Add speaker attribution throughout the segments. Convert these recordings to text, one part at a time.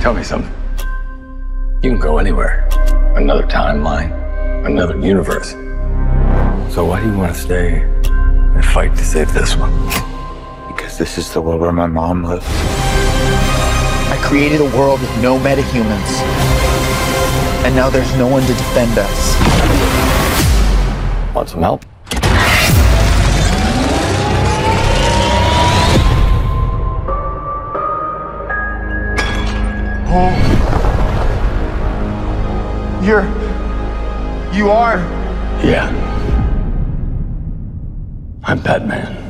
Speaker 1: Tell me something. You can go anywhere. Another timeline, another universe. So why do you want to stay and fight to save this one?
Speaker 2: Because this is the world where my mom lives.
Speaker 3: I created a world with no metahumans. And now there's no one to defend us.
Speaker 1: Want some help?
Speaker 3: Oh. You're. You are.
Speaker 1: Yeah. I'm Batman.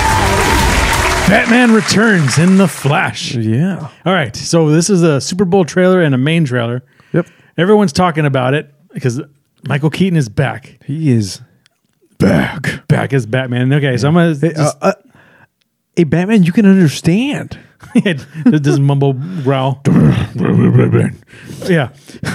Speaker 4: Huh. Batman returns in the Flash.
Speaker 5: Yeah.
Speaker 4: All right. So this is a Super Bowl trailer and a main trailer.
Speaker 5: Yep.
Speaker 4: Everyone's talking about it because Michael Keaton is back.
Speaker 5: He is
Speaker 4: back. Back as Batman. Okay, so I'm gonna
Speaker 5: Hey,
Speaker 4: just,
Speaker 5: uh, uh, hey, Batman, you can understand. uh,
Speaker 4: just mumble growl. yeah.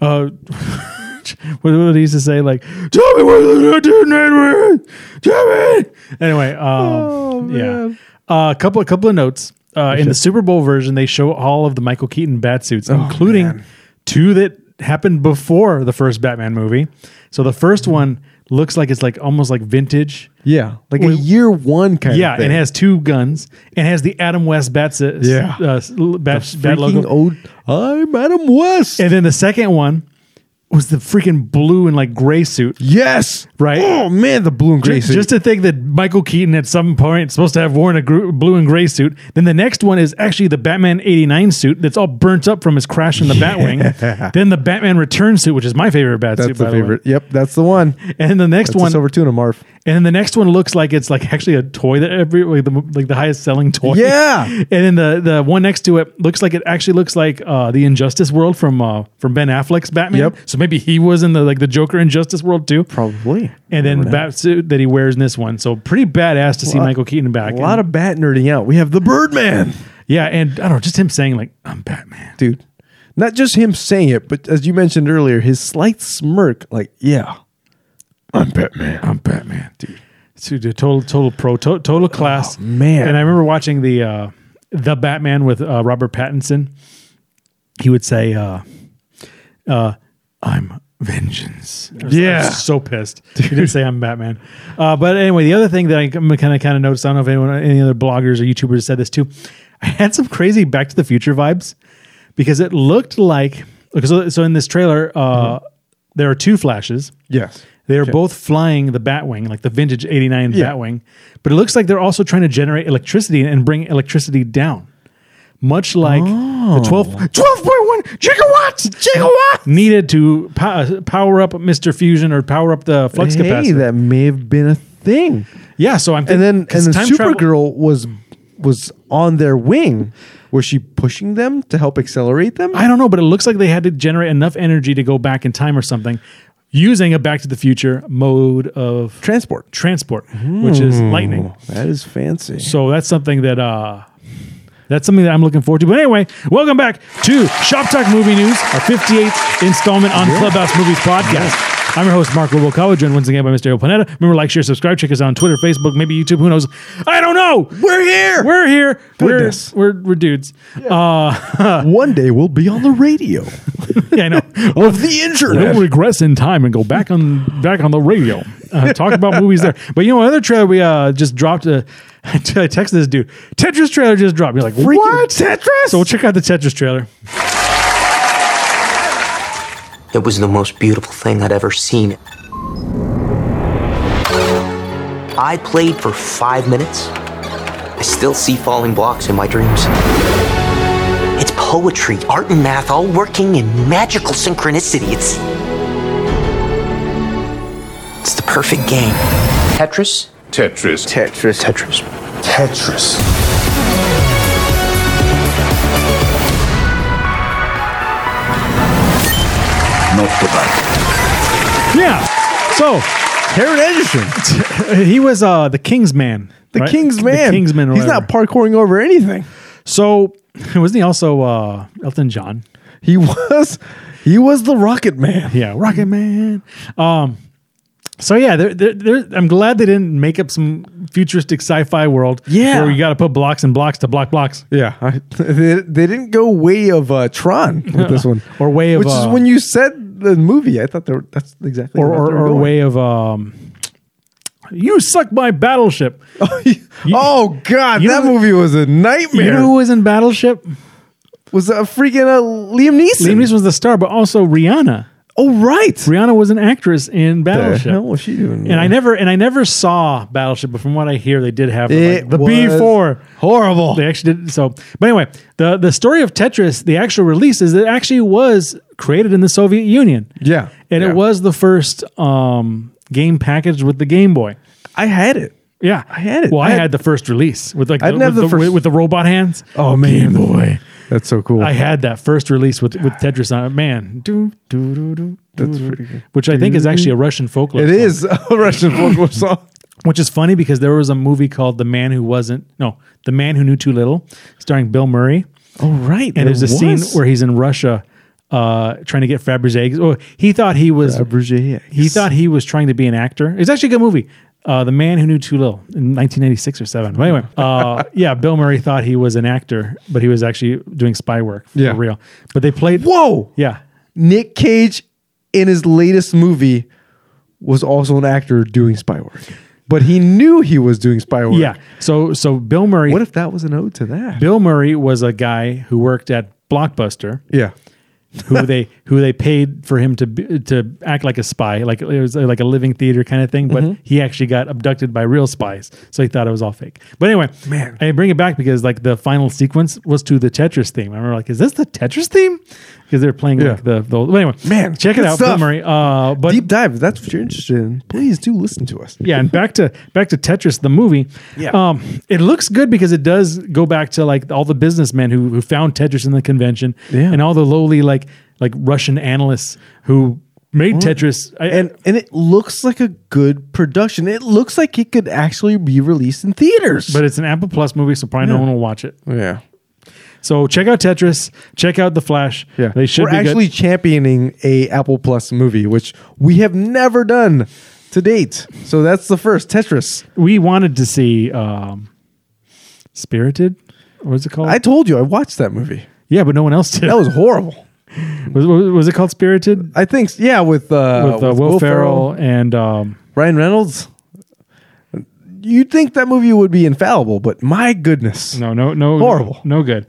Speaker 4: Uh, what did he used to say? Like, tell me what to do, Nightwing. Tell me. Anyway, um,
Speaker 5: Oh,
Speaker 4: yeah. Uh, a couple, a couple of notes. Uh, in the Super Bowl version, they show all of the Michael Keaton bat suits, including
Speaker 5: Oh, man.
Speaker 4: two that happened before the first Batman movie. So the 1st one looks like it's like almost like vintage.
Speaker 5: Yeah. Like a
Speaker 4: Wait.
Speaker 5: year one kind
Speaker 4: Yeah,
Speaker 5: of thing.
Speaker 4: and it has two guns and has the Adam West bat si-
Speaker 5: Yeah.
Speaker 4: uh, s- l- bat, bat
Speaker 5: Freaking
Speaker 4: logo.
Speaker 5: old. I'm Adam West.
Speaker 4: And then the second one was the freaking blue and like gray suit,
Speaker 5: yes.
Speaker 4: right?
Speaker 5: Oh, man, the blue and gray
Speaker 4: Just,
Speaker 5: suit.
Speaker 4: just to think that Michael Keaton at some point is supposed to have worn a gr- blue and gray suit. Then the next one is actually the Batman 89 suit that's all burnt up from his crash in the Batwing. Then the Batman Return suit, which is my favorite bat
Speaker 5: that's
Speaker 4: suit.
Speaker 5: the
Speaker 4: by way.
Speaker 5: favorite. Yep, that's the one.
Speaker 4: And then the next
Speaker 5: That's
Speaker 4: one,
Speaker 5: one. Silver tuna, Marv.
Speaker 4: and then the next one looks like it's like actually a toy that every like the, like the highest selling toy.
Speaker 5: Yeah.
Speaker 4: And then the the one next to it looks like it actually looks like uh, the Injustice World from uh, from Ben Affleck's Batman.
Speaker 5: Yep.
Speaker 4: So maybe he was in the like the Joker Injustice World too.
Speaker 5: Probably.
Speaker 4: And then the bat suit that he wears in this one. So pretty badass to see
Speaker 5: Lot-
Speaker 4: Michael Keaton back.
Speaker 5: A lot
Speaker 4: And-
Speaker 5: of bat nerding out. We have the Birdman,
Speaker 4: yeah, and I don't know, just him saying like I'm Batman.
Speaker 5: dude. Not just him saying it, but as you mentioned earlier, his slight smirk, like, yeah, I'm Batman.
Speaker 4: I'm Batman, dude. Dude, dude, total total pro, to, total class,
Speaker 5: Oh, man.
Speaker 4: And I remember watching the uh, the Batman with uh, Robert Pattinson. He would say, uh, uh, "I'm vengeance." I was- I
Speaker 5: Yeah.
Speaker 4: was so pissed. He didn't say I'm Batman. Uh, but anyway, the other thing that I kind of kind of noticed, I don't know if anyone, any other bloggers or YouTubers said this too. I had some crazy Back to the Future vibes because it looked like. okay, So, so in this trailer, uh, there are two flashes.
Speaker 5: Yes.
Speaker 4: They are both flying the Batwing, like the vintage 89
Speaker 5: Yeah.
Speaker 4: Batwing, but it looks like they're also trying to generate electricity and bring electricity down. Much like
Speaker 5: Oh.
Speaker 4: the 12, 12.1 gigawatts, gigawatts needed to po- power up Mr. Fusion or power up the flux
Speaker 5: hey,
Speaker 4: capacitor.
Speaker 5: that may have been a thing.
Speaker 4: yeah, so I'm
Speaker 5: And
Speaker 4: thinking-
Speaker 5: then and
Speaker 4: 'cause
Speaker 5: then
Speaker 4: time travel-
Speaker 5: Supergirl was was on their wing. Was she pushing them to help accelerate them?
Speaker 4: I don't know, but it looks like they had to generate enough energy to go back in time or something using a Back to the Future mode of
Speaker 5: Transport.
Speaker 4: transport, which is lightning.
Speaker 5: That is fancy.
Speaker 4: So that's something that uh that's something that I'm looking forward to. But anyway, welcome back to Shop Talk Movie News, our 58th installment on Clubhouse Movies Podcast. I'm your host, Mark Robocowa, joined once again by Mr. Ariel Panetta. Remember, like, share, subscribe, check us out on Twitter, Facebook, maybe YouTube, who knows? I don't know.
Speaker 5: We're here.
Speaker 4: We're here. We're,
Speaker 5: Goodness.
Speaker 4: we're, we're dudes. Uh,
Speaker 5: One day we'll be on the radio
Speaker 4: yeah, I know.
Speaker 5: of the internet.
Speaker 4: We'll regress in time and go back on back on the radio. Uh, talk about movies there. But you know, another trailer we uh, just dropped. Uh, I texted this dude. Tetris trailer just dropped. You're like, freaking
Speaker 5: What Tetris?
Speaker 4: So we'll check out the Tetris trailer.
Speaker 6: It was the most beautiful thing I'd ever seen. I played for five minutes. I still see falling blocks in my dreams. It's poetry, art, and math all working in magical synchronicity. It's. It's the perfect game. Tetris?
Speaker 1: Tetris.
Speaker 6: Tetris. Tetris.
Speaker 2: Tetris.
Speaker 4: Yeah. So
Speaker 5: Harriet Edison,
Speaker 4: he was uh, the King's man.
Speaker 5: the
Speaker 4: right?
Speaker 5: King's man.
Speaker 4: The King's man. or
Speaker 5: He's not
Speaker 4: whatever.
Speaker 5: parkouring over anything.
Speaker 4: So wasn't he also uh, Elton John?
Speaker 5: He was he was the Rocket Man.
Speaker 4: Yeah, Rocket Man. Um, So yeah, they're, they're, they're, I'm glad they didn't make up some futuristic sci-fi world.
Speaker 5: Yeah.
Speaker 4: where you got to put blocks and blocks to block blocks.
Speaker 5: Yeah, I, they, they didn't go way of uh, Tron with this one,
Speaker 4: Or way of,
Speaker 5: which is
Speaker 4: uh,
Speaker 5: when you said the movie. I thought they were, that's exactly
Speaker 4: or
Speaker 5: what
Speaker 4: or,
Speaker 5: they were
Speaker 4: or
Speaker 5: doing.
Speaker 4: way of um, you suck my battleship.
Speaker 5: oh God,
Speaker 4: you
Speaker 5: that
Speaker 4: know-
Speaker 5: movie was a nightmare.
Speaker 4: You know who was in Battleship?
Speaker 5: was a freaking uh, Liam Neeson.
Speaker 4: Liam Neeson was the star, but also Rihanna.
Speaker 5: Oh right.
Speaker 4: Rihanna was an actress in
Speaker 5: What the
Speaker 4: Battleship.
Speaker 5: hell was she doing?
Speaker 4: And I never and I never saw Battleship, but from what I hear, they did have
Speaker 5: It
Speaker 4: like, the
Speaker 5: was
Speaker 4: B four.
Speaker 5: horrible.
Speaker 4: They actually did so. But anyway, the the story of Tetris, the actual release is that it actually was created in the Soviet Union.
Speaker 5: Yeah.
Speaker 4: and
Speaker 5: Yeah.
Speaker 4: it was the first um, game packaged with the Game Boy.
Speaker 5: I had it.
Speaker 4: Yeah,
Speaker 5: I had it.
Speaker 4: Well, I,
Speaker 5: I had-
Speaker 4: had the first release with like
Speaker 5: I
Speaker 4: the,
Speaker 5: didn't
Speaker 4: with,
Speaker 5: have
Speaker 4: the,
Speaker 5: the first-
Speaker 4: with the robot hands.
Speaker 5: Oh,
Speaker 4: Game
Speaker 5: man.
Speaker 4: Boy.
Speaker 5: That's so cool.
Speaker 4: I had that first release with, with Tetris on it. Man, do do do do.
Speaker 5: That's
Speaker 4: do,
Speaker 5: pretty good.
Speaker 4: Which I think is actually a Russian folklore.
Speaker 5: Mm-hmm. it
Speaker 4: song.
Speaker 5: is a Russian folklore song.
Speaker 4: which is funny because there was a movie called The Man Who Wasn't. No, The Man Who Knew Too Little, starring Bill Murray.
Speaker 5: Oh right.
Speaker 4: and there's a scene where he's in Russia uh, trying to get Fabergé eggs. Oh, he thought he was
Speaker 5: Fabergé eggs.
Speaker 4: He thought he was trying to be an actor. It's actually a good movie. Uh, the man who knew too little in 1996 or seven. But anyway, uh, yeah, Bill Murray thought he was an actor, but he was actually doing spy work for
Speaker 5: Yeah.
Speaker 4: real. But they played.
Speaker 5: Whoa.
Speaker 4: Yeah,
Speaker 5: Nick Cage in his latest movie was also an actor doing spy work. But he knew he was doing spy work.
Speaker 4: yeah. So so Bill Murray.
Speaker 5: What if that was an ode to that?
Speaker 4: Bill Murray was a guy who worked at Blockbuster?
Speaker 5: yeah.
Speaker 4: who they who they paid for him to be, to act like a spy, like it was like a living theater kind of thing. But
Speaker 5: Mm-hmm.
Speaker 4: he actually got abducted by real spies, so he thought it was all fake. But anyway,
Speaker 5: Man.
Speaker 4: I bring it back because like the final sequence was to the Tetris theme. I remember like, is this the Tetris theme? Because they're playing
Speaker 5: Yeah.
Speaker 4: like the, the but anyway,
Speaker 5: Man,
Speaker 4: check it
Speaker 5: good
Speaker 4: out, Bill
Speaker 5: stuff.
Speaker 4: Murray. Uh, but
Speaker 5: Deep dive. If that's what you're interested in, please do listen to us.
Speaker 4: yeah, and back to back to Tetris the movie.
Speaker 5: Yeah.
Speaker 4: um, it looks good because it does go back to like all the businessmen who who found Tetris in the convention,
Speaker 5: Yeah.
Speaker 4: and all the lowly like like Russian analysts who made Tetris. I,
Speaker 5: And and it looks like a good production. It looks like it could actually be released in theaters.
Speaker 4: but it's an Apple Plus movie, so probably no
Speaker 5: Yeah.
Speaker 4: one will watch it.
Speaker 5: yeah.
Speaker 4: So check out Tetris, check out The Flash.
Speaker 5: Yeah,
Speaker 4: they should
Speaker 5: We're
Speaker 4: be
Speaker 5: actually
Speaker 4: good.
Speaker 5: championing a Apple Plus movie, which we have never done to date. So that's the first Tetris.
Speaker 4: We wanted to see um, Spirited. What's it called?
Speaker 5: I told you I watched that movie.
Speaker 4: yeah, but no one else did.
Speaker 5: That was horrible.
Speaker 4: was, was, was it called Spirited
Speaker 5: I think yeah, with uh,
Speaker 4: with, uh, Will, Ferrell and um,
Speaker 5: Ryan Reynolds. You'd think that movie would be infallible, but my goodness,
Speaker 4: No, no, no,
Speaker 5: Horrible.
Speaker 4: no good.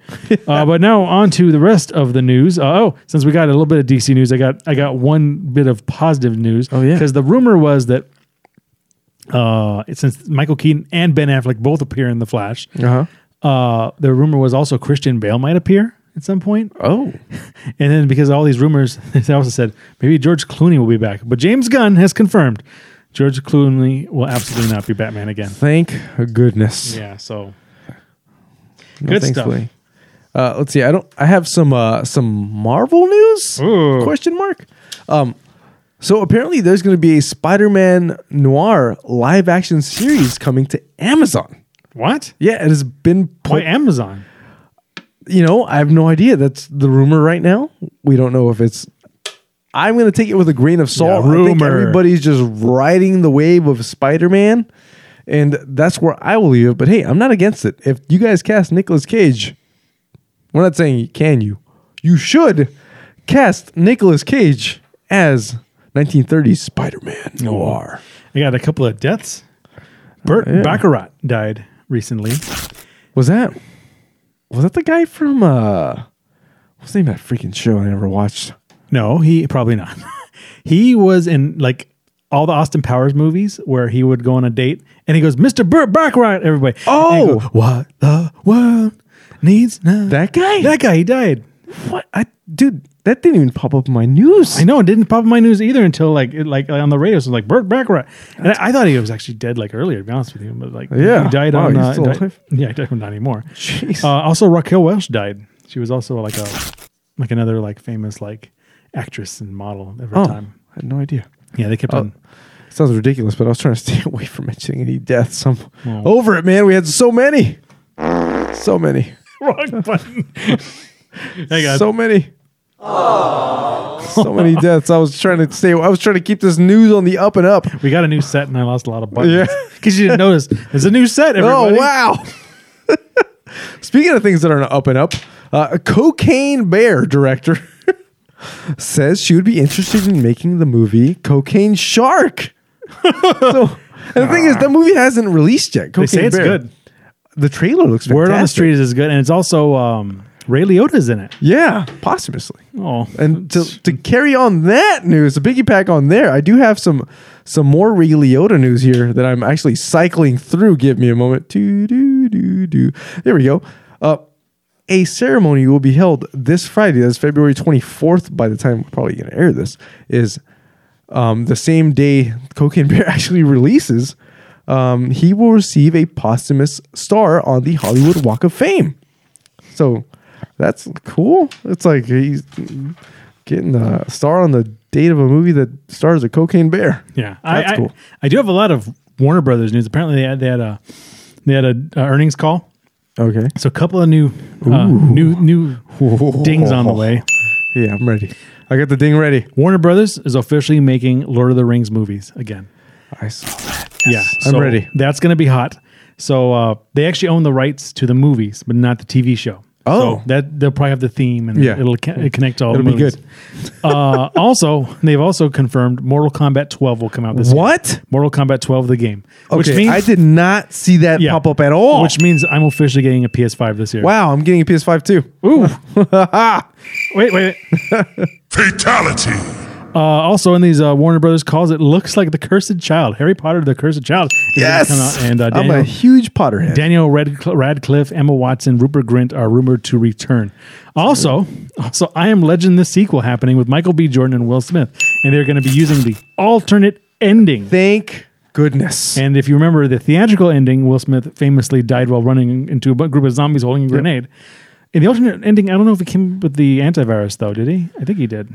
Speaker 4: uh, but now on to the rest of the news. Uh, oh, since we got a little bit of DC news, I got I got one bit of positive news.
Speaker 5: Oh, yeah.
Speaker 4: because the rumor was that uh, since Michael Keaton and Ben Affleck both appear in The Flash,
Speaker 5: Uh-huh.
Speaker 4: uh, the rumor was also Christian Bale might appear at some point.
Speaker 5: Oh,
Speaker 4: And then because of all these rumors, they also said maybe George Clooney will be back. But James Gunn has confirmed George Clooney will absolutely not be Batman again.
Speaker 5: thank goodness.
Speaker 4: Yeah, so
Speaker 5: No,
Speaker 4: Good
Speaker 5: thankfully. Uh, let's see. I don't. I have some uh, some Marvel news?
Speaker 4: Ooh.
Speaker 5: Question mark. Um, so apparently there's going to be a Spider-Man Noir live action series coming to Amazon.
Speaker 4: what?
Speaker 5: Yeah, it has been.
Speaker 4: Why
Speaker 5: Put,
Speaker 4: Amazon?
Speaker 5: you know, I have no idea. That's the rumor right now. We don't know if it's. I'm going to take it with a grain of salt.
Speaker 4: Yeah,
Speaker 5: I think
Speaker 4: rumor.
Speaker 5: everybody's just riding the wave of Spider-Man, and that's where I will leave it. But hey, I'm not against it. If you guys cast Nicolas Cage, we're not saying you can you. You should cast Nicolas Cage as 1930s Spider-Man noir.
Speaker 4: I got a couple of deaths. Burt
Speaker 5: yeah.
Speaker 4: Baccarat died recently.
Speaker 5: Was that was that the guy from uh what's the name of that freaking show I never watched?
Speaker 4: No, he probably not. he was in like all the Austin Powers movies where he would go on a date and he goes, "Mr. Burt Baccarat, everybody." And they
Speaker 5: Oh!
Speaker 4: go, what the world needs now.
Speaker 5: That guy?
Speaker 4: That guy. He died.
Speaker 5: What I dude, that didn't even pop up in my news.
Speaker 4: I know it didn't pop in my news either until like it, like on the radio. So like Burt Baccarat, and I, I thought he was actually dead like earlier. To be honest with you, but like
Speaker 5: Yeah.
Speaker 4: he died
Speaker 5: Wow,
Speaker 4: on.
Speaker 5: he's
Speaker 4: uh,
Speaker 5: still
Speaker 4: died-
Speaker 5: alive.
Speaker 4: yeah, he died not anymore.
Speaker 5: Jeez.
Speaker 4: Uh, also, Raquel Welch died. She was also like a like another like famous like actress and model of her
Speaker 5: oh,
Speaker 4: time.
Speaker 5: I had no idea.
Speaker 4: Yeah, they kept on.
Speaker 5: Sounds ridiculous, but I was trying to stay away from mentioning any deaths. I'm
Speaker 4: Oh.
Speaker 5: over it, man. We had so many. So many.
Speaker 4: Wrong button. Hang on.
Speaker 5: So many. So many deaths. I was trying to stay. I was trying to keep this news on the up and up.
Speaker 4: We got a new set, and I lost a lot of buttons. because you didn't notice. There's a new set. Everybody.
Speaker 5: Oh wow! Speaking of things that are up and up, uh, a Cocaine Bear director says she would be interested in making the movie Cocaine Shark. so, and the thing is, the movie hasn't released yet.
Speaker 4: Ah. They say it's good.
Speaker 5: The trailer looks
Speaker 4: Word on the
Speaker 5: fantastic.
Speaker 4: street is as good, and it's also um, Ray Liotta's in it.
Speaker 5: Yeah, posthumously.
Speaker 4: Oh,
Speaker 5: And to, to carry on that news, a biggie pack on there, I do have some some more Ray Liotta news here that I'm actually cycling through. Give me a moment. Do, do, do, do. There we go. Uh, a ceremony will be held this Friday. That's February 24th. By the time we're probably going to air this, is um, the same day Cocaine Bear actually releases. Um, he will receive a posthumous star on the Hollywood Walk of Fame. So that's cool. It's like he's getting a star on the date of a movie that stars a cocaine bear.
Speaker 4: Yeah,
Speaker 5: that's
Speaker 4: I, I-
Speaker 5: cool.
Speaker 4: I do have a lot of Warner Brothers news. Apparently, they had they had a they had a, a earnings call,
Speaker 5: Okay.
Speaker 4: so a couple of new uh, new new dings on the way.
Speaker 5: Yeah, I'm ready. I got the ding ready.
Speaker 4: Warner Brothers is officially making Lord of the Rings movies again.
Speaker 5: I saw that.
Speaker 4: yeah,
Speaker 5: I'm
Speaker 4: so
Speaker 5: ready.
Speaker 4: That's going to be hot. So uh, they actually own the rights to the movies, but not the TV show.
Speaker 5: Oh.
Speaker 4: so that they'll probably have the theme and
Speaker 5: Yeah.
Speaker 4: it'll ca- it connect to all.
Speaker 5: It'll
Speaker 4: the
Speaker 5: be
Speaker 4: movies.
Speaker 5: good.
Speaker 4: uh, also, they've also confirmed Mortal Kombat 12 will come out this year.
Speaker 5: What?
Speaker 4: Mortal Kombat 12, the game.
Speaker 5: Okay, I did not see that
Speaker 4: Yeah.
Speaker 5: pop up at all.
Speaker 4: Which means I'm officially getting a PS5 this year.
Speaker 5: wow, I'm getting a PS5 too.
Speaker 4: Ooh. wait, wait, wait.
Speaker 7: Fatality.
Speaker 4: Uh, also, in these uh, Warner Brothers calls, it looks like the Cursed Child, Harry Potter, the Cursed Child. is gonna come out,
Speaker 5: Yes,
Speaker 4: and uh,
Speaker 5: I'm a
Speaker 4: Daniel,
Speaker 5: huge Potterhead.
Speaker 4: Daniel Radcl- Radcliffe, Emma Watson, Rupert Grint are rumored to return. Also, also, I am Legend, the sequel happening with Michael B. Jordan and Will Smith, and they're going to be using the alternate ending.
Speaker 5: Thank goodness.
Speaker 4: And if you remember the theatrical ending, Will Smith famously died while running into a bu- group of zombies holding a grenade. In the alternate ending, I don't know if he came with the antivirus though. Did he? I think he did,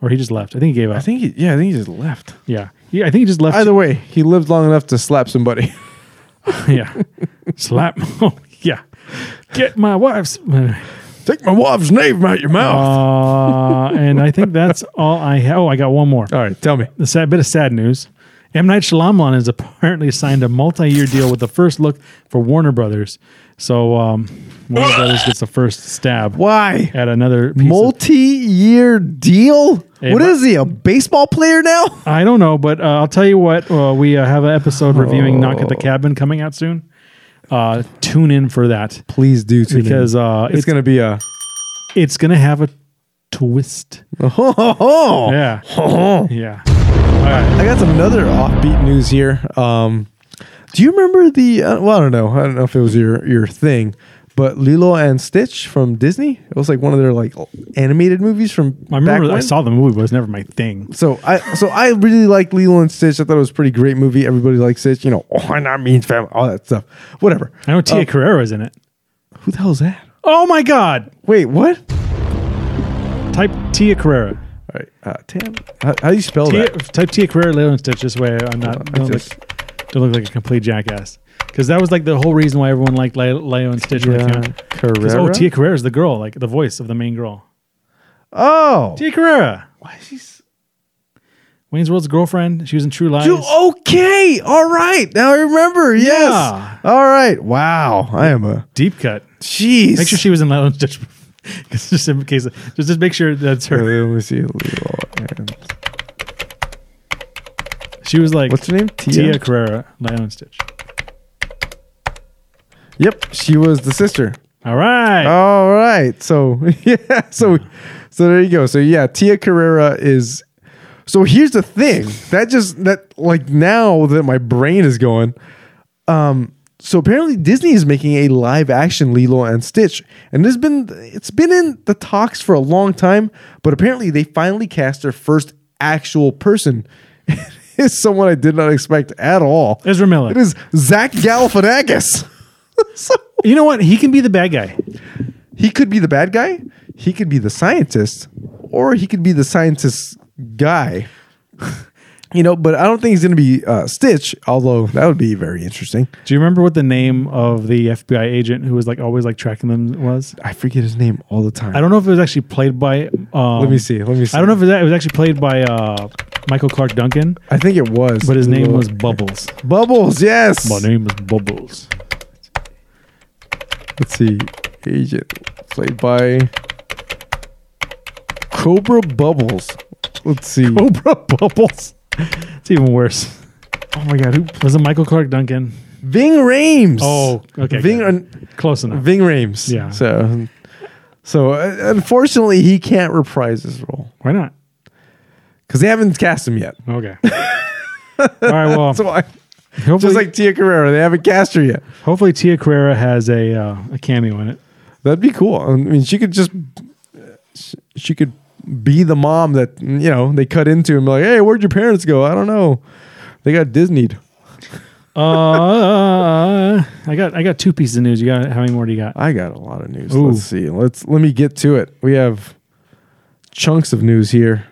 Speaker 4: or he just left. I think he gave up.
Speaker 5: I think he, yeah, I think he just left.
Speaker 4: yeah, yeah. I think he just left.
Speaker 5: Either way, he lived long enough to slap somebody.
Speaker 4: yeah, slap. Oh, yeah. Get my wife's.
Speaker 5: Take my wife's name out your mouth.
Speaker 4: Uh, and I think that's all I have. Oh, I got one more.
Speaker 5: all right, tell me.
Speaker 4: The sad bit of sad news. M. Night Shyamalan has apparently signed a multi-year deal with the first look for Warner Brothers. So um, Warner Brothers gets the first stab
Speaker 5: Why?
Speaker 4: at another piece of-
Speaker 5: Multi-year deal?
Speaker 4: Hey,
Speaker 5: what
Speaker 4: my-
Speaker 5: is he? A baseball player now?
Speaker 4: I don't know, but uh, I'll tell you what. Uh, we uh, have an episode reviewing "Knock
Speaker 5: Oh.
Speaker 4: at the Cabin" coming out soon. Uh, tune in for that
Speaker 5: Please do too.
Speaker 4: because uh,
Speaker 5: it's, going to be a
Speaker 4: it's gonna have a twist.
Speaker 5: oh, oh, oh.
Speaker 4: Yeah, yeah.
Speaker 5: I got some another offbeat news here. Um, do you remember the? Uh, well, I don't know. I don't know if it was your your thing, but Lilo and Stitch from Disney. It was like one of their like animated movies from.
Speaker 4: I
Speaker 5: back
Speaker 4: remember I
Speaker 5: when.
Speaker 4: saw the movie, but it was never my thing.
Speaker 5: So I so I really liked Lilo and Stitch. I thought it was a pretty great movie. Everybody likes Stitch. You know, oh, and I mean family, all that stuff. Whatever.
Speaker 4: I know
Speaker 5: Oh.
Speaker 4: Tia Carrera's in it.
Speaker 5: Who the hell's that?
Speaker 4: Oh my God!
Speaker 5: Wait, what?
Speaker 4: Type Tia Carrera.
Speaker 5: All right, uh, Tam. How, how do you spell
Speaker 4: Tia,
Speaker 5: that?
Speaker 4: type Tia Carrera, Lilo and Stitch. This way, I'm not
Speaker 5: I
Speaker 4: don't look,
Speaker 5: just-
Speaker 4: don't look like a complete jackass. Because that was like the whole reason why everyone liked Lilo Lilo and Stitch. when it came out. 'Cause, Oh,
Speaker 5: Carrera.
Speaker 4: Tia Carrera is the girl, like the voice of the main girl.
Speaker 5: Oh,
Speaker 4: Tia Carrera. Why is she? Wayne's World's girlfriend. She was in True Lies.
Speaker 5: You okay? All right. Now I remember. Yes.
Speaker 4: Yeah.
Speaker 5: All right. Wow. I am a
Speaker 4: Deep cut.
Speaker 5: jeez.
Speaker 4: Make sure she was in Lilo and Stitch. 'Cause just in case, just, just make sure that's
Speaker 5: Wait,
Speaker 4: her.
Speaker 5: Uh, Let me see. Lilo and-
Speaker 4: She was like
Speaker 5: What's her name?
Speaker 4: Tia
Speaker 5: Tia.
Speaker 4: Carrera, Lilo and Stitch.
Speaker 5: Yep. She was the sister.
Speaker 4: All right.
Speaker 5: All right. So yeah. So so there you go. So yeah, Tia Carrera is. So here's the thing that just that like now that my brain is going. Um. So apparently Disney is making a live action Lilo and Stitch, and there's been it's been in the talks for a long time, but apparently they finally cast their first actual person. It's someone I did not expect at all.
Speaker 4: Ezra Miller.
Speaker 5: It is Zach Galifianakis. so
Speaker 4: you know what? He can be the bad guy.
Speaker 5: he could be the bad guy, he could be the scientist, or he could be the scientist guy. You know, but I don't think he's going to be uh, Stitch, although that would be very interesting.
Speaker 4: Do you remember what the name of the FBI agent who was like always like tracking them was?
Speaker 5: I forget his name all the time.
Speaker 4: I don't know if it was actually played by. Um,
Speaker 5: Let me see. Let me see.
Speaker 4: I don't know if it was- it was actually played by uh, Michael Clark Duncan,
Speaker 5: I think it was.
Speaker 4: but his name
Speaker 5: Look.
Speaker 4: was Bubbles.
Speaker 5: Bubbles. Yes.
Speaker 4: My name is Bubbles.
Speaker 5: Let's see. Agent played by Cobra Bubbles. Let's see.
Speaker 4: Cobra Bubbles. It's even worse. Oh my god, who was it? Michael Clark Duncan.
Speaker 5: Ving Rames.
Speaker 4: Oh, okay,
Speaker 5: Ving
Speaker 4: got it. Close enough.
Speaker 5: Ving Rames.
Speaker 4: Yeah.
Speaker 5: So, so uh, unfortunately, he can't reprise his role
Speaker 4: Why not?
Speaker 5: because they haven't cast him yet.
Speaker 4: Okay. All right. Well,
Speaker 5: So I,
Speaker 4: hopefully,
Speaker 5: just like Tia Carrera, they haven't cast her yet.
Speaker 4: hopefully Tia Carrera has a uh, a cameo in it.
Speaker 5: That'd be cool. I mean, she could just uh, sh- she could be the mom that you know they cut into and be like, "Hey, where'd your parents go? I don't know. They got Disneyed."
Speaker 4: Uh, I got I got two pieces of news. You got how many more do you got?
Speaker 5: I got a lot of news.
Speaker 4: Ooh.
Speaker 5: Let's see. Let's let me get to it. We have chunks of news here.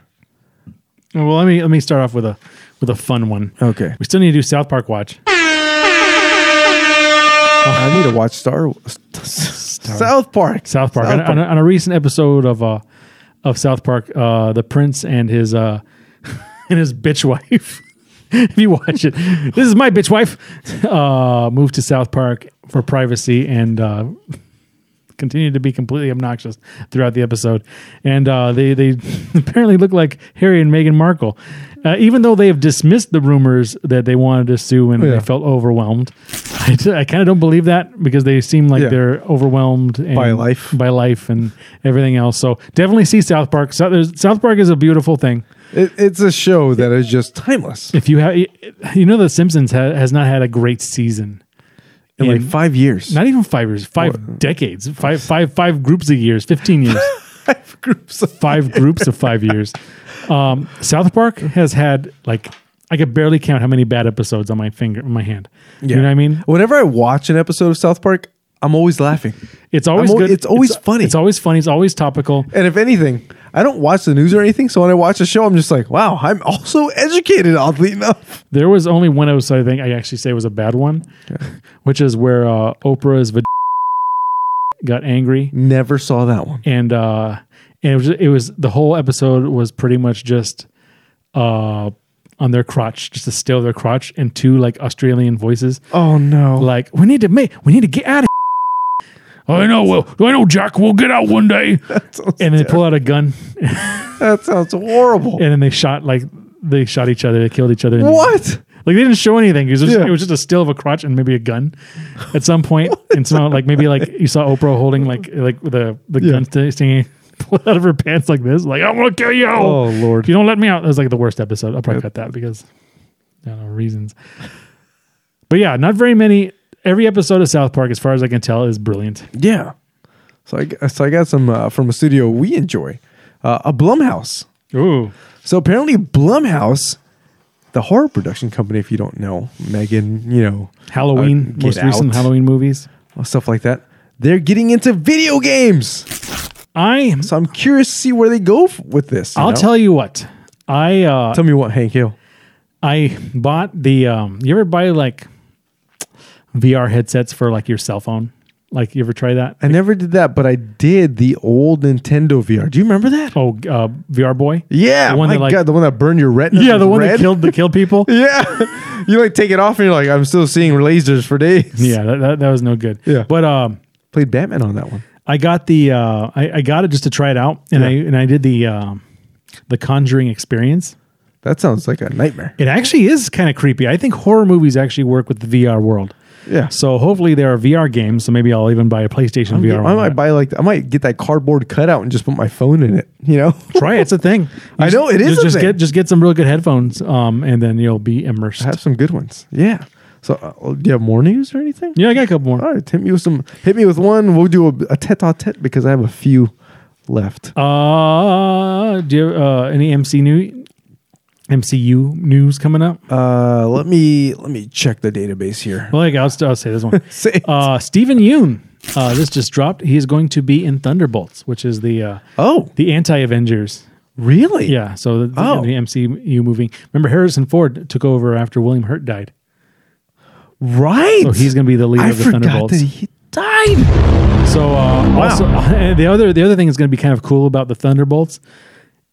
Speaker 4: Well, let me let me start off with a with a fun one.
Speaker 5: Okay,
Speaker 4: We still need to do South Park watch.
Speaker 5: Oh, I need to watch Star, South Park.
Speaker 4: South Park. On, on a, on a recent episode of uh, of South Park, uh, the prince and his uh, and his bitch wife. if you watch it, this is my bitch wife. Uh, moved to South Park for privacy and uh, continued to be completely obnoxious throughout the episode. And uh, they they apparently look like Harry and Meghan Markle, uh, even though they have dismissed the rumors that they wanted to sue and
Speaker 5: Yeah.
Speaker 4: they felt overwhelmed. I, kind of don't believe that because they seem like
Speaker 5: Yeah.
Speaker 4: they're overwhelmed and
Speaker 5: By
Speaker 4: and-
Speaker 5: life.
Speaker 4: by life, and everything else. So definitely see South Park. So, there's- South Park is a beautiful thing.
Speaker 5: It, it's a show that is just timeless.
Speaker 4: If you have, you know, The Simpsons ha- has not had a great season.
Speaker 5: In like
Speaker 4: in-
Speaker 5: five years,
Speaker 4: Not even five years, five decades, five five five groups of years, fifteen years,
Speaker 5: groups of
Speaker 4: five groups of five years. Um, South Park has had like I could barely count how many bad episodes on my finger, my hand. You know what I mean?
Speaker 5: Whenever I watch an episode of South Park, I'm always laughing.
Speaker 4: It's always
Speaker 5: al-
Speaker 4: good.
Speaker 5: it's always funny.
Speaker 4: It's always funny. It's always topical.
Speaker 5: And if anything, I don't watch the news or anything. So when I watch a show, I'm just like, wow, I'm also educated, oddly enough.
Speaker 4: There was only one episode I think I actually say was a bad one, which is where uh, Oprah's vag- got angry
Speaker 5: Never saw that one.
Speaker 4: and uh, and it was it was the whole episode was pretty much just uh, on their crotch, just the still of their crotch, and two like Australian voices
Speaker 5: Oh, no.
Speaker 4: like we need to make we need to get out of. here." I know. Well, I know, Jack. We'll get out one day. and they pull out a gun,
Speaker 5: that sounds horrible.
Speaker 4: and then they shot like they shot each other. They killed each other. in the-
Speaker 5: what?
Speaker 4: Like they didn't show anything. It was, just,
Speaker 5: Yeah.
Speaker 4: it was just a still of a crotch and maybe a gun at some point. and so like maybe like you saw Oprah holding like like the the
Speaker 5: Yeah.
Speaker 4: gun st- stinging pulled out of her pants like this, like I'm gonna kill you.
Speaker 5: Oh, Lord.
Speaker 4: If you don't let me out, that was like the worst episode. I'll probably cut that because I don't know reasons. But yeah, not very many. Every episode of South Park, as far as I can tell, is brilliant.
Speaker 5: Yeah. So I, g- so I got some uh, from a studio we enjoy, uh, a Blumhouse.
Speaker 4: Ooh,
Speaker 5: So apparently, Blumhouse, the horror production company, if you don't know, Megan, you know,
Speaker 4: Halloween,
Speaker 5: Uh, Get
Speaker 4: most recent
Speaker 5: Out.
Speaker 4: Halloween movies.
Speaker 5: Oh, stuff like that, they're getting into video games.
Speaker 4: I am.
Speaker 5: So I'm curious to see where they go f- with this.
Speaker 4: I'll tell you what. I uh,
Speaker 5: Tell me what, Hank Hill.
Speaker 4: I bought the um you ever buy like VR headsets for like your cell phone? Like you ever try that?
Speaker 5: I never did that, but I did the old Nintendo VR. Do you remember that?
Speaker 4: Oh, uh, VR boy?
Speaker 5: Yeah,
Speaker 4: The one
Speaker 5: my
Speaker 4: that, like-
Speaker 5: God, the one that burned your retina.
Speaker 4: Yeah, the one that
Speaker 5: red?
Speaker 4: killed the killed people.
Speaker 5: Yeah, you like take it off and you're like, I'm still seeing lasers for days.
Speaker 4: yeah, that, that, that was no good.
Speaker 5: Yeah.
Speaker 4: But um
Speaker 5: played Batman on that one.
Speaker 4: I got the uh I, I got it just to try it out and I
Speaker 5: Yeah.
Speaker 4: and I did the um the conjuring experience.
Speaker 5: That sounds like a nightmare.
Speaker 4: It actually is kind of creepy. I think horror movies actually work with the VR world.
Speaker 5: Yeah,
Speaker 4: So hopefully there are VR games, so maybe I'll even buy a PlayStation
Speaker 5: I'm
Speaker 4: VR.
Speaker 5: get-
Speaker 4: one.
Speaker 5: I might buy like I might get that cardboard cutout and just put my phone in it. You know,
Speaker 4: Try it. It's a thing.
Speaker 5: I
Speaker 4: You
Speaker 5: know, it is
Speaker 4: Just,
Speaker 5: a
Speaker 4: just
Speaker 5: thing.
Speaker 4: get just get some real good headphones, um, and then you'll be immersed.
Speaker 5: have some good ones. Yeah. So, uh, do you have more news or anything?
Speaker 4: yeah, I got a couple
Speaker 5: All
Speaker 4: more.
Speaker 5: right, hit me with some. Hit me with one. We'll do a, a tete-a-tete because I have a few left.
Speaker 4: Uh, do you have, uh, any MC new MCU news coming up?
Speaker 5: Uh, let me let me check the database here.
Speaker 4: well, like I'll, st- I'll say this one.
Speaker 5: Say it.
Speaker 4: uh, Stephen Yoon. Uh, this just dropped. He is going to be in Thunderbolts, which is the uh,
Speaker 5: Oh,
Speaker 4: the anti Avengers
Speaker 5: Really?
Speaker 4: Yeah, so the, the,
Speaker 5: Oh.
Speaker 4: the MCU movie. Remember, Harrison Ford took over after William Hurt died.
Speaker 5: Right.
Speaker 4: So Oh, he's gonna be the leader
Speaker 5: I
Speaker 4: of the
Speaker 5: forgot
Speaker 4: Thunderbolts.
Speaker 5: That he died.
Speaker 4: So uh, also and the other the other thing that's going to be kind of cool about the Thunderbolts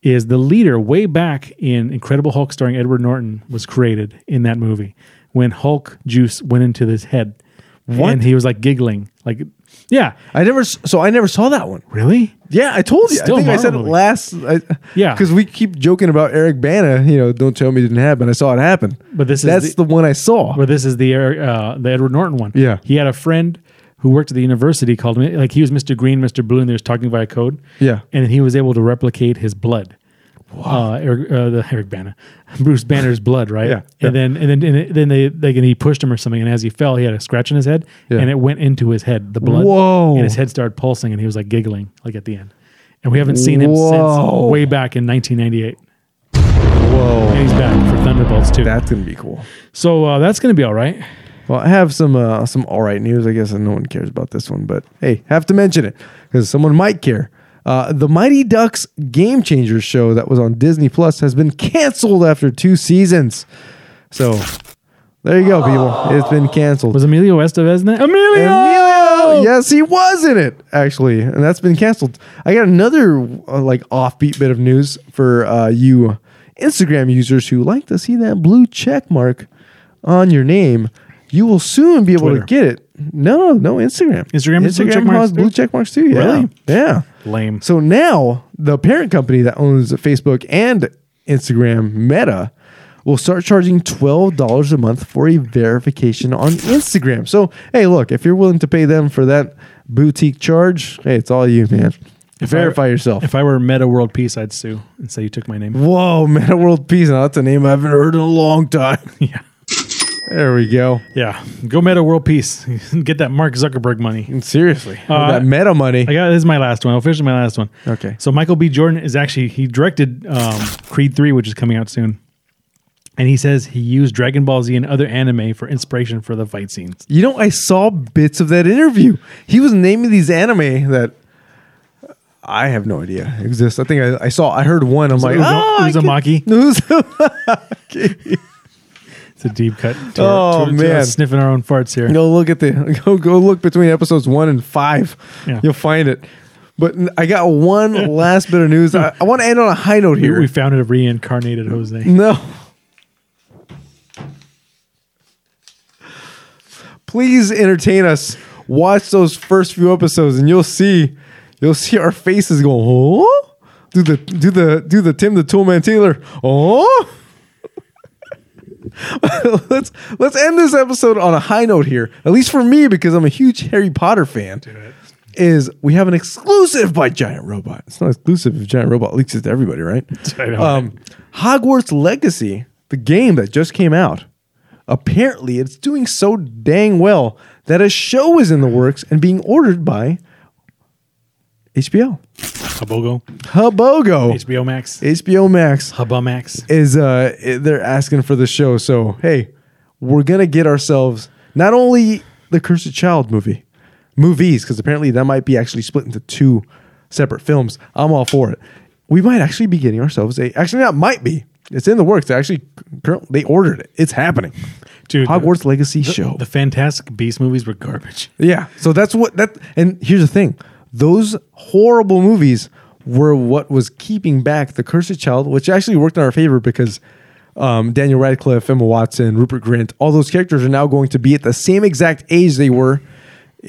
Speaker 4: is the leader way back in Incredible Hulk starring Edward Norton was created in that movie when Hulk juice went into his head.
Speaker 5: What?
Speaker 4: And he was like giggling, like, yeah,
Speaker 5: I never. s- So I never saw that one.
Speaker 4: really?
Speaker 5: Yeah, I told you.
Speaker 4: Still
Speaker 5: I think I
Speaker 4: Marvel
Speaker 5: said it
Speaker 4: movie.
Speaker 5: last. I,
Speaker 4: Yeah.
Speaker 5: because we keep joking about Eric Bana. You know, don't tell me it didn't happen. I saw it happen.
Speaker 4: But this is
Speaker 5: that's
Speaker 4: the-
Speaker 5: the, one I saw.
Speaker 4: Where this is the uh, the Edward Norton one.
Speaker 5: Yeah.
Speaker 4: he had a friend who worked at the university called him, like he was Mr. Green, Mr. Blue, and they was talking via code.
Speaker 5: Yeah.
Speaker 4: and he was able to replicate his blood. Wow. Uh, Eric, uh, the Eric Banner, Bruce Banner's blood, right?
Speaker 5: Yeah,
Speaker 4: And then and then and it- then they like and he pushed him or something, and as he fell, he had a scratch in his head,
Speaker 5: Yeah.
Speaker 4: and it went into his head, the blood.
Speaker 5: Whoa.
Speaker 4: And his head started pulsing, and he was like giggling, like at the end. And we haven't seen him
Speaker 5: Whoa.
Speaker 4: since way back in 1998. And
Speaker 5: Whoa,
Speaker 4: he's back for Thunderbolts too.
Speaker 5: that's gonna be cool.
Speaker 4: so uh, that's gonna be all right.
Speaker 5: Well, I have some uh, some all right news. I guess and no one cares about this one, but hey, have to mention it because someone might care. Uh, the Mighty Ducks Game Changers show that was on Disney Plus has been canceled after two seasons. So there you go, people. It's been canceled.
Speaker 4: Was Emilio Estevez in that? Emilio!
Speaker 5: Emilio! Yes, he was in it actually, and that's been canceled. I got another uh, like offbeat bit of news for uh, you Instagram users who like to see that blue check mark on your name. You will soon be able
Speaker 4: Twitter.
Speaker 5: to get it. No, no Instagram.
Speaker 4: Instagram has blue
Speaker 5: Instagram
Speaker 4: check marks
Speaker 5: has
Speaker 4: too?
Speaker 5: blue check marks too. Yeah,
Speaker 4: Really?
Speaker 5: yeah.
Speaker 4: Lame.
Speaker 5: So now the parent company that owns Facebook and Instagram, Meta, will start charging $12 a month for a verification on Instagram. So, hey, look, if you're willing to pay them for that boutique charge, hey, it's all you, man. Verify yourself.
Speaker 4: If I were Meta World Peace, I'd sue and say you took my name.
Speaker 5: Whoa, Meta World Peace. Now, that's a name I haven't heard in a long time.
Speaker 4: Yeah.
Speaker 5: There we go.
Speaker 4: Yeah. Go Meta World Peace. Get that Mark Zuckerberg money.
Speaker 5: Seriously.
Speaker 4: Uh,
Speaker 5: that meta
Speaker 4: I
Speaker 5: money.
Speaker 4: got this is my last one. Officially my last one.
Speaker 5: Okay.
Speaker 4: So Michael B. Jordan is actually he directed um, Creed 3, which is coming out soon. And he says he used Dragon Ball Z and other anime for inspiration for the fight scenes.
Speaker 5: You know, I saw bits of that interview. He was naming these anime that I have no idea exist. I think I, I saw, I heard one. I'm like,
Speaker 4: Uzo-
Speaker 5: oh, I
Speaker 4: Uzumaki.
Speaker 5: can- Uzo-
Speaker 4: It's a deep cut. To,
Speaker 5: Oh,
Speaker 4: to- to
Speaker 5: man.
Speaker 4: us sniffing our own farts here.
Speaker 5: go look at the go go look between episodes one and five.
Speaker 4: Yeah.
Speaker 5: You'll find it. But n- I got one last bit of news. I, I want to end on a high note
Speaker 4: We-
Speaker 5: here.
Speaker 4: We found a reincarnated Jose.
Speaker 5: no. Please entertain us. Watch those first few episodes, and you'll see, you'll see our faces going. Oh, do the do the do the Tim the Toolman Taylor. Oh. let's let's end this episode on a high note here. At least for me, because I'm a huge Harry Potter fan. Is we have an exclusive by Giant Robot. It's not exclusive if Giant Robot leaks it to everybody, right?
Speaker 4: I know.
Speaker 5: Um, Hogwarts Legacy, the game that just came out, apparently it's doing so dang well that a show is in the works and being ordered by HBO.
Speaker 4: Habogo.
Speaker 5: oh. Hubogo.
Speaker 4: HBO Max.
Speaker 5: HBO Max
Speaker 4: Hubamax.
Speaker 5: is uh they're asking for the show. So hey, we're gonna get ourselves not only the Cursed Child movie, movies, because apparently that might be actually split into two separate films. I'm all for it. We might actually be getting ourselves a actually not might be. It's in the works. They actually current they ordered it. It's happening.
Speaker 4: Dude,
Speaker 5: Hogwarts Legacy show.
Speaker 4: The Fantastic Beast movies were garbage.
Speaker 5: Yeah. So that's what that and here's the thing. Those horrible movies were what was keeping back The Cursed Child, which actually worked in our favor because um, Daniel Radcliffe, Emma Watson, Rupert Grint, all those characters are now going to be at the same exact age they were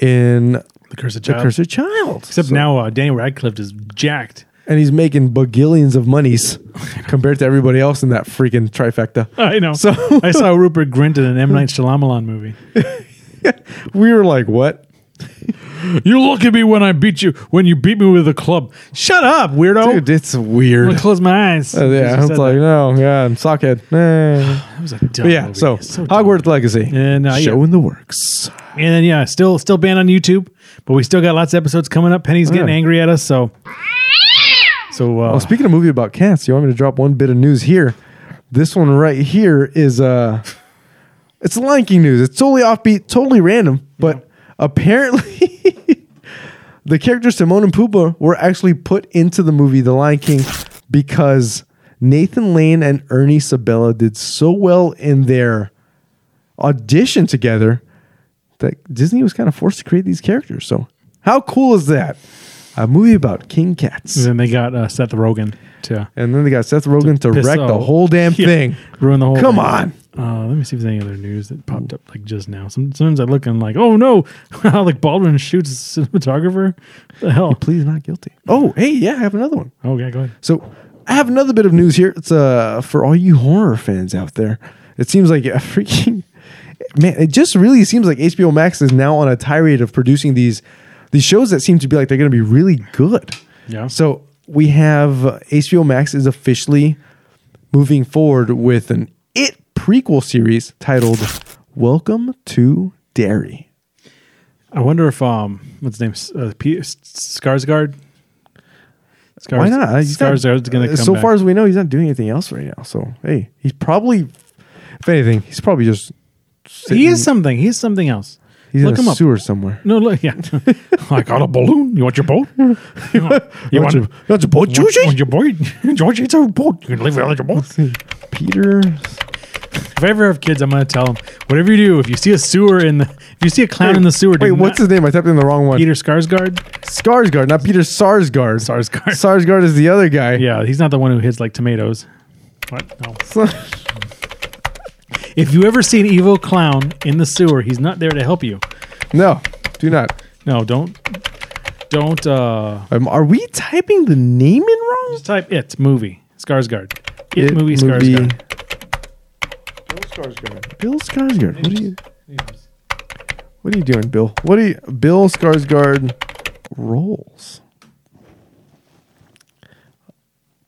Speaker 5: in
Speaker 4: The Cursed
Speaker 5: The
Speaker 4: Child.
Speaker 5: Cursed Child.
Speaker 4: Except
Speaker 5: So-
Speaker 4: now uh, Daniel Radcliffe is jacked.
Speaker 5: and he's making bagillions of monies compared to everybody else in that freaking trifecta.
Speaker 4: I know.
Speaker 5: So
Speaker 4: I saw Rupert Grint in an M Night Shyamalan movie.
Speaker 5: we were like, what?
Speaker 4: You look at me when I beat you. When you beat me with a club, shut up, weirdo.
Speaker 5: Dude, it's
Speaker 4: I'm
Speaker 5: weird.
Speaker 4: gonna close my eyes.
Speaker 5: Uh,
Speaker 4: Because you
Speaker 5: yeah, it's
Speaker 4: said
Speaker 5: like,
Speaker 4: that.
Speaker 5: no, yeah, and sockhead. Eh.
Speaker 4: That was a dumb
Speaker 5: But yeah,
Speaker 4: movie.
Speaker 5: so,
Speaker 4: dumb.
Speaker 5: Hogwarts Legacy
Speaker 4: And, uh,
Speaker 5: show
Speaker 4: yeah.
Speaker 5: in the works.
Speaker 4: And then yeah, still still banned on YouTube, but we still got lots of episodes coming up. Penny's getting
Speaker 5: Yeah.
Speaker 4: angry at us, so so uh,
Speaker 5: Well, Oh, speaking of movie about cats, you want me to drop one bit of news here? This one right here is uh, it's Lion King news. It's totally offbeat, totally random, but apparently the characters Timon and Pumbaa were actually put into the movie The Lion King because Nathan Lane and Ernie Sabella did so well in their audition together that Disney was kind of forced to create these characters. So, how cool is that? A movie about king cats.
Speaker 4: Then they got uh, Seth Rogen to
Speaker 5: And then they got Seth Rogen to
Speaker 4: piss
Speaker 5: wreck the
Speaker 4: off.
Speaker 5: whole damn
Speaker 4: Yeah.
Speaker 5: thing.
Speaker 4: ruin the whole.
Speaker 5: Come
Speaker 4: thing.
Speaker 5: on.
Speaker 4: Uh, let me see if there's any other news that popped up like just now. Some- Sometimes I look and I'm like, oh no, Alec Baldwin shoots a cinematographer. What the hell?
Speaker 5: Please not guilty. Oh, hey, yeah, I have another one.
Speaker 4: Oh yeah, go ahead.
Speaker 5: So I have another bit of news here. It's uh for all you horror fans out there. It seems like a freaking man. It just really seems like HBO Max is now on a tirade of producing these these shows that seem to be like they're going to be really good.
Speaker 4: Yeah.
Speaker 5: So we have uh, HBO Max is officially moving forward with an It prequel series titled "Welcome to Derry."
Speaker 4: I wonder if um, what's his name, S- uh, P- S- Skarsgård. Skars-
Speaker 5: Why not? He's not-
Speaker 4: Skarsgård's gonna
Speaker 5: uh,
Speaker 4: come.
Speaker 5: So
Speaker 4: back.
Speaker 5: far as we know, he's not doing anything else right now. So hey, he's probably, if anything, he's probably just
Speaker 4: he is something. He is something else.
Speaker 5: he's
Speaker 4: look
Speaker 5: in a
Speaker 4: him up.
Speaker 5: sewer somewhere.
Speaker 4: No, look, yeah. I got a balloon. You want your boat? you want,
Speaker 5: your- want your boat, Georgie?
Speaker 4: want your boat? Georgie, it's a boat. You can live without your boat.
Speaker 5: Peter,
Speaker 4: If I ever have kids, I'm going to tell them whatever you do, if you see a sewer in the, if you see a clown in the sewer, do
Speaker 5: wait, what's
Speaker 4: not-
Speaker 5: his name? I typed in the wrong one.
Speaker 4: Peter Skarsgård?
Speaker 5: Skarsgård, not Peter Sarsgaard.
Speaker 4: Sarsgaard.
Speaker 5: Sarsgaard is the other guy.
Speaker 4: Yeah, he's not the one who hits like tomatoes. What? No. If you ever see an evil clown in the sewer, he's not there to help you.
Speaker 5: no, do not.
Speaker 4: No, don't, don't. uh
Speaker 5: Um, are we typing the name in wrong?
Speaker 4: Just type it movie Skarsgård. It, movie Skarsgård.
Speaker 5: Bill Skarsgård. What are you? What are you doing, Bill? What are you? Bill Skarsgård rolls.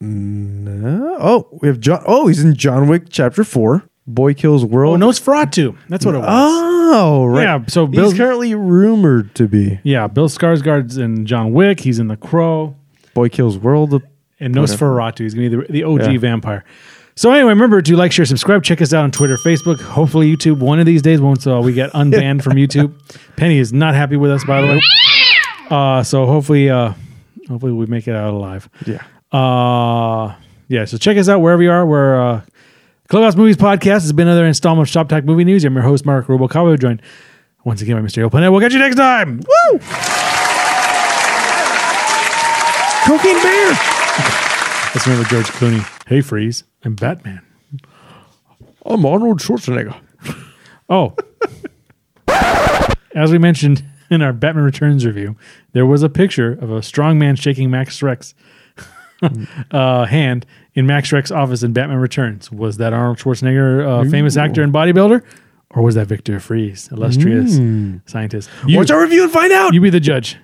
Speaker 5: No. Oh, we have John. Oh, he's in John Wick Chapter Four. Boy kills
Speaker 4: Oh,
Speaker 5: world.
Speaker 4: Nosferatu. That's what it was.
Speaker 5: Oh, right.
Speaker 4: Yeah, so
Speaker 5: Bill's
Speaker 4: Bill-
Speaker 5: he's currently rumored to be
Speaker 4: Yeah, Bill Skarsgård's in John Wick. He's in The Crow
Speaker 5: Boy Kills World.
Speaker 4: and Nosferatu. He's going to be the, the OG
Speaker 5: Yeah.
Speaker 4: vampire. So anyway, remember to like, share, subscribe. Check us out on Twitter, Facebook, hopefully YouTube. One of these days, once uh, we get unbanned from YouTube, Penny is not happy with us, by the way. Uh, so hopefully, uh, hopefully we make it out alive.
Speaker 5: Yeah.
Speaker 4: Uh, yeah, so check us out wherever you are. We're uh, Clubhouse Movies Podcast. has been another installment of Shop Talk Movie News. I'm your host, Mark Rubalcaba, joined once again by Mr. Yo Planet. We'll catch you next time. Woo! Cocaine Bear. Let's remember George Clooney. Hey, Freeze. I'm Batman.
Speaker 5: I'm Arnold Schwarzenegger.
Speaker 4: Oh. As we mentioned in our Batman Returns review, there was a picture of a strong man shaking Max Rex uh, hand in Max Rex's office in Batman Returns. Was that Arnold Schwarzenegger, uh, famous actor and bodybuilder? Or was that Victor Freeze, illustrious scientist? Mm. You,
Speaker 5: Watch our review and find out.
Speaker 4: you be the judge.